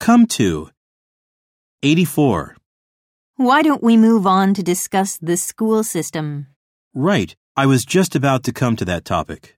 come to. 84. Why don't we move on to discuss the school system? Right, I was just about to come to that topic.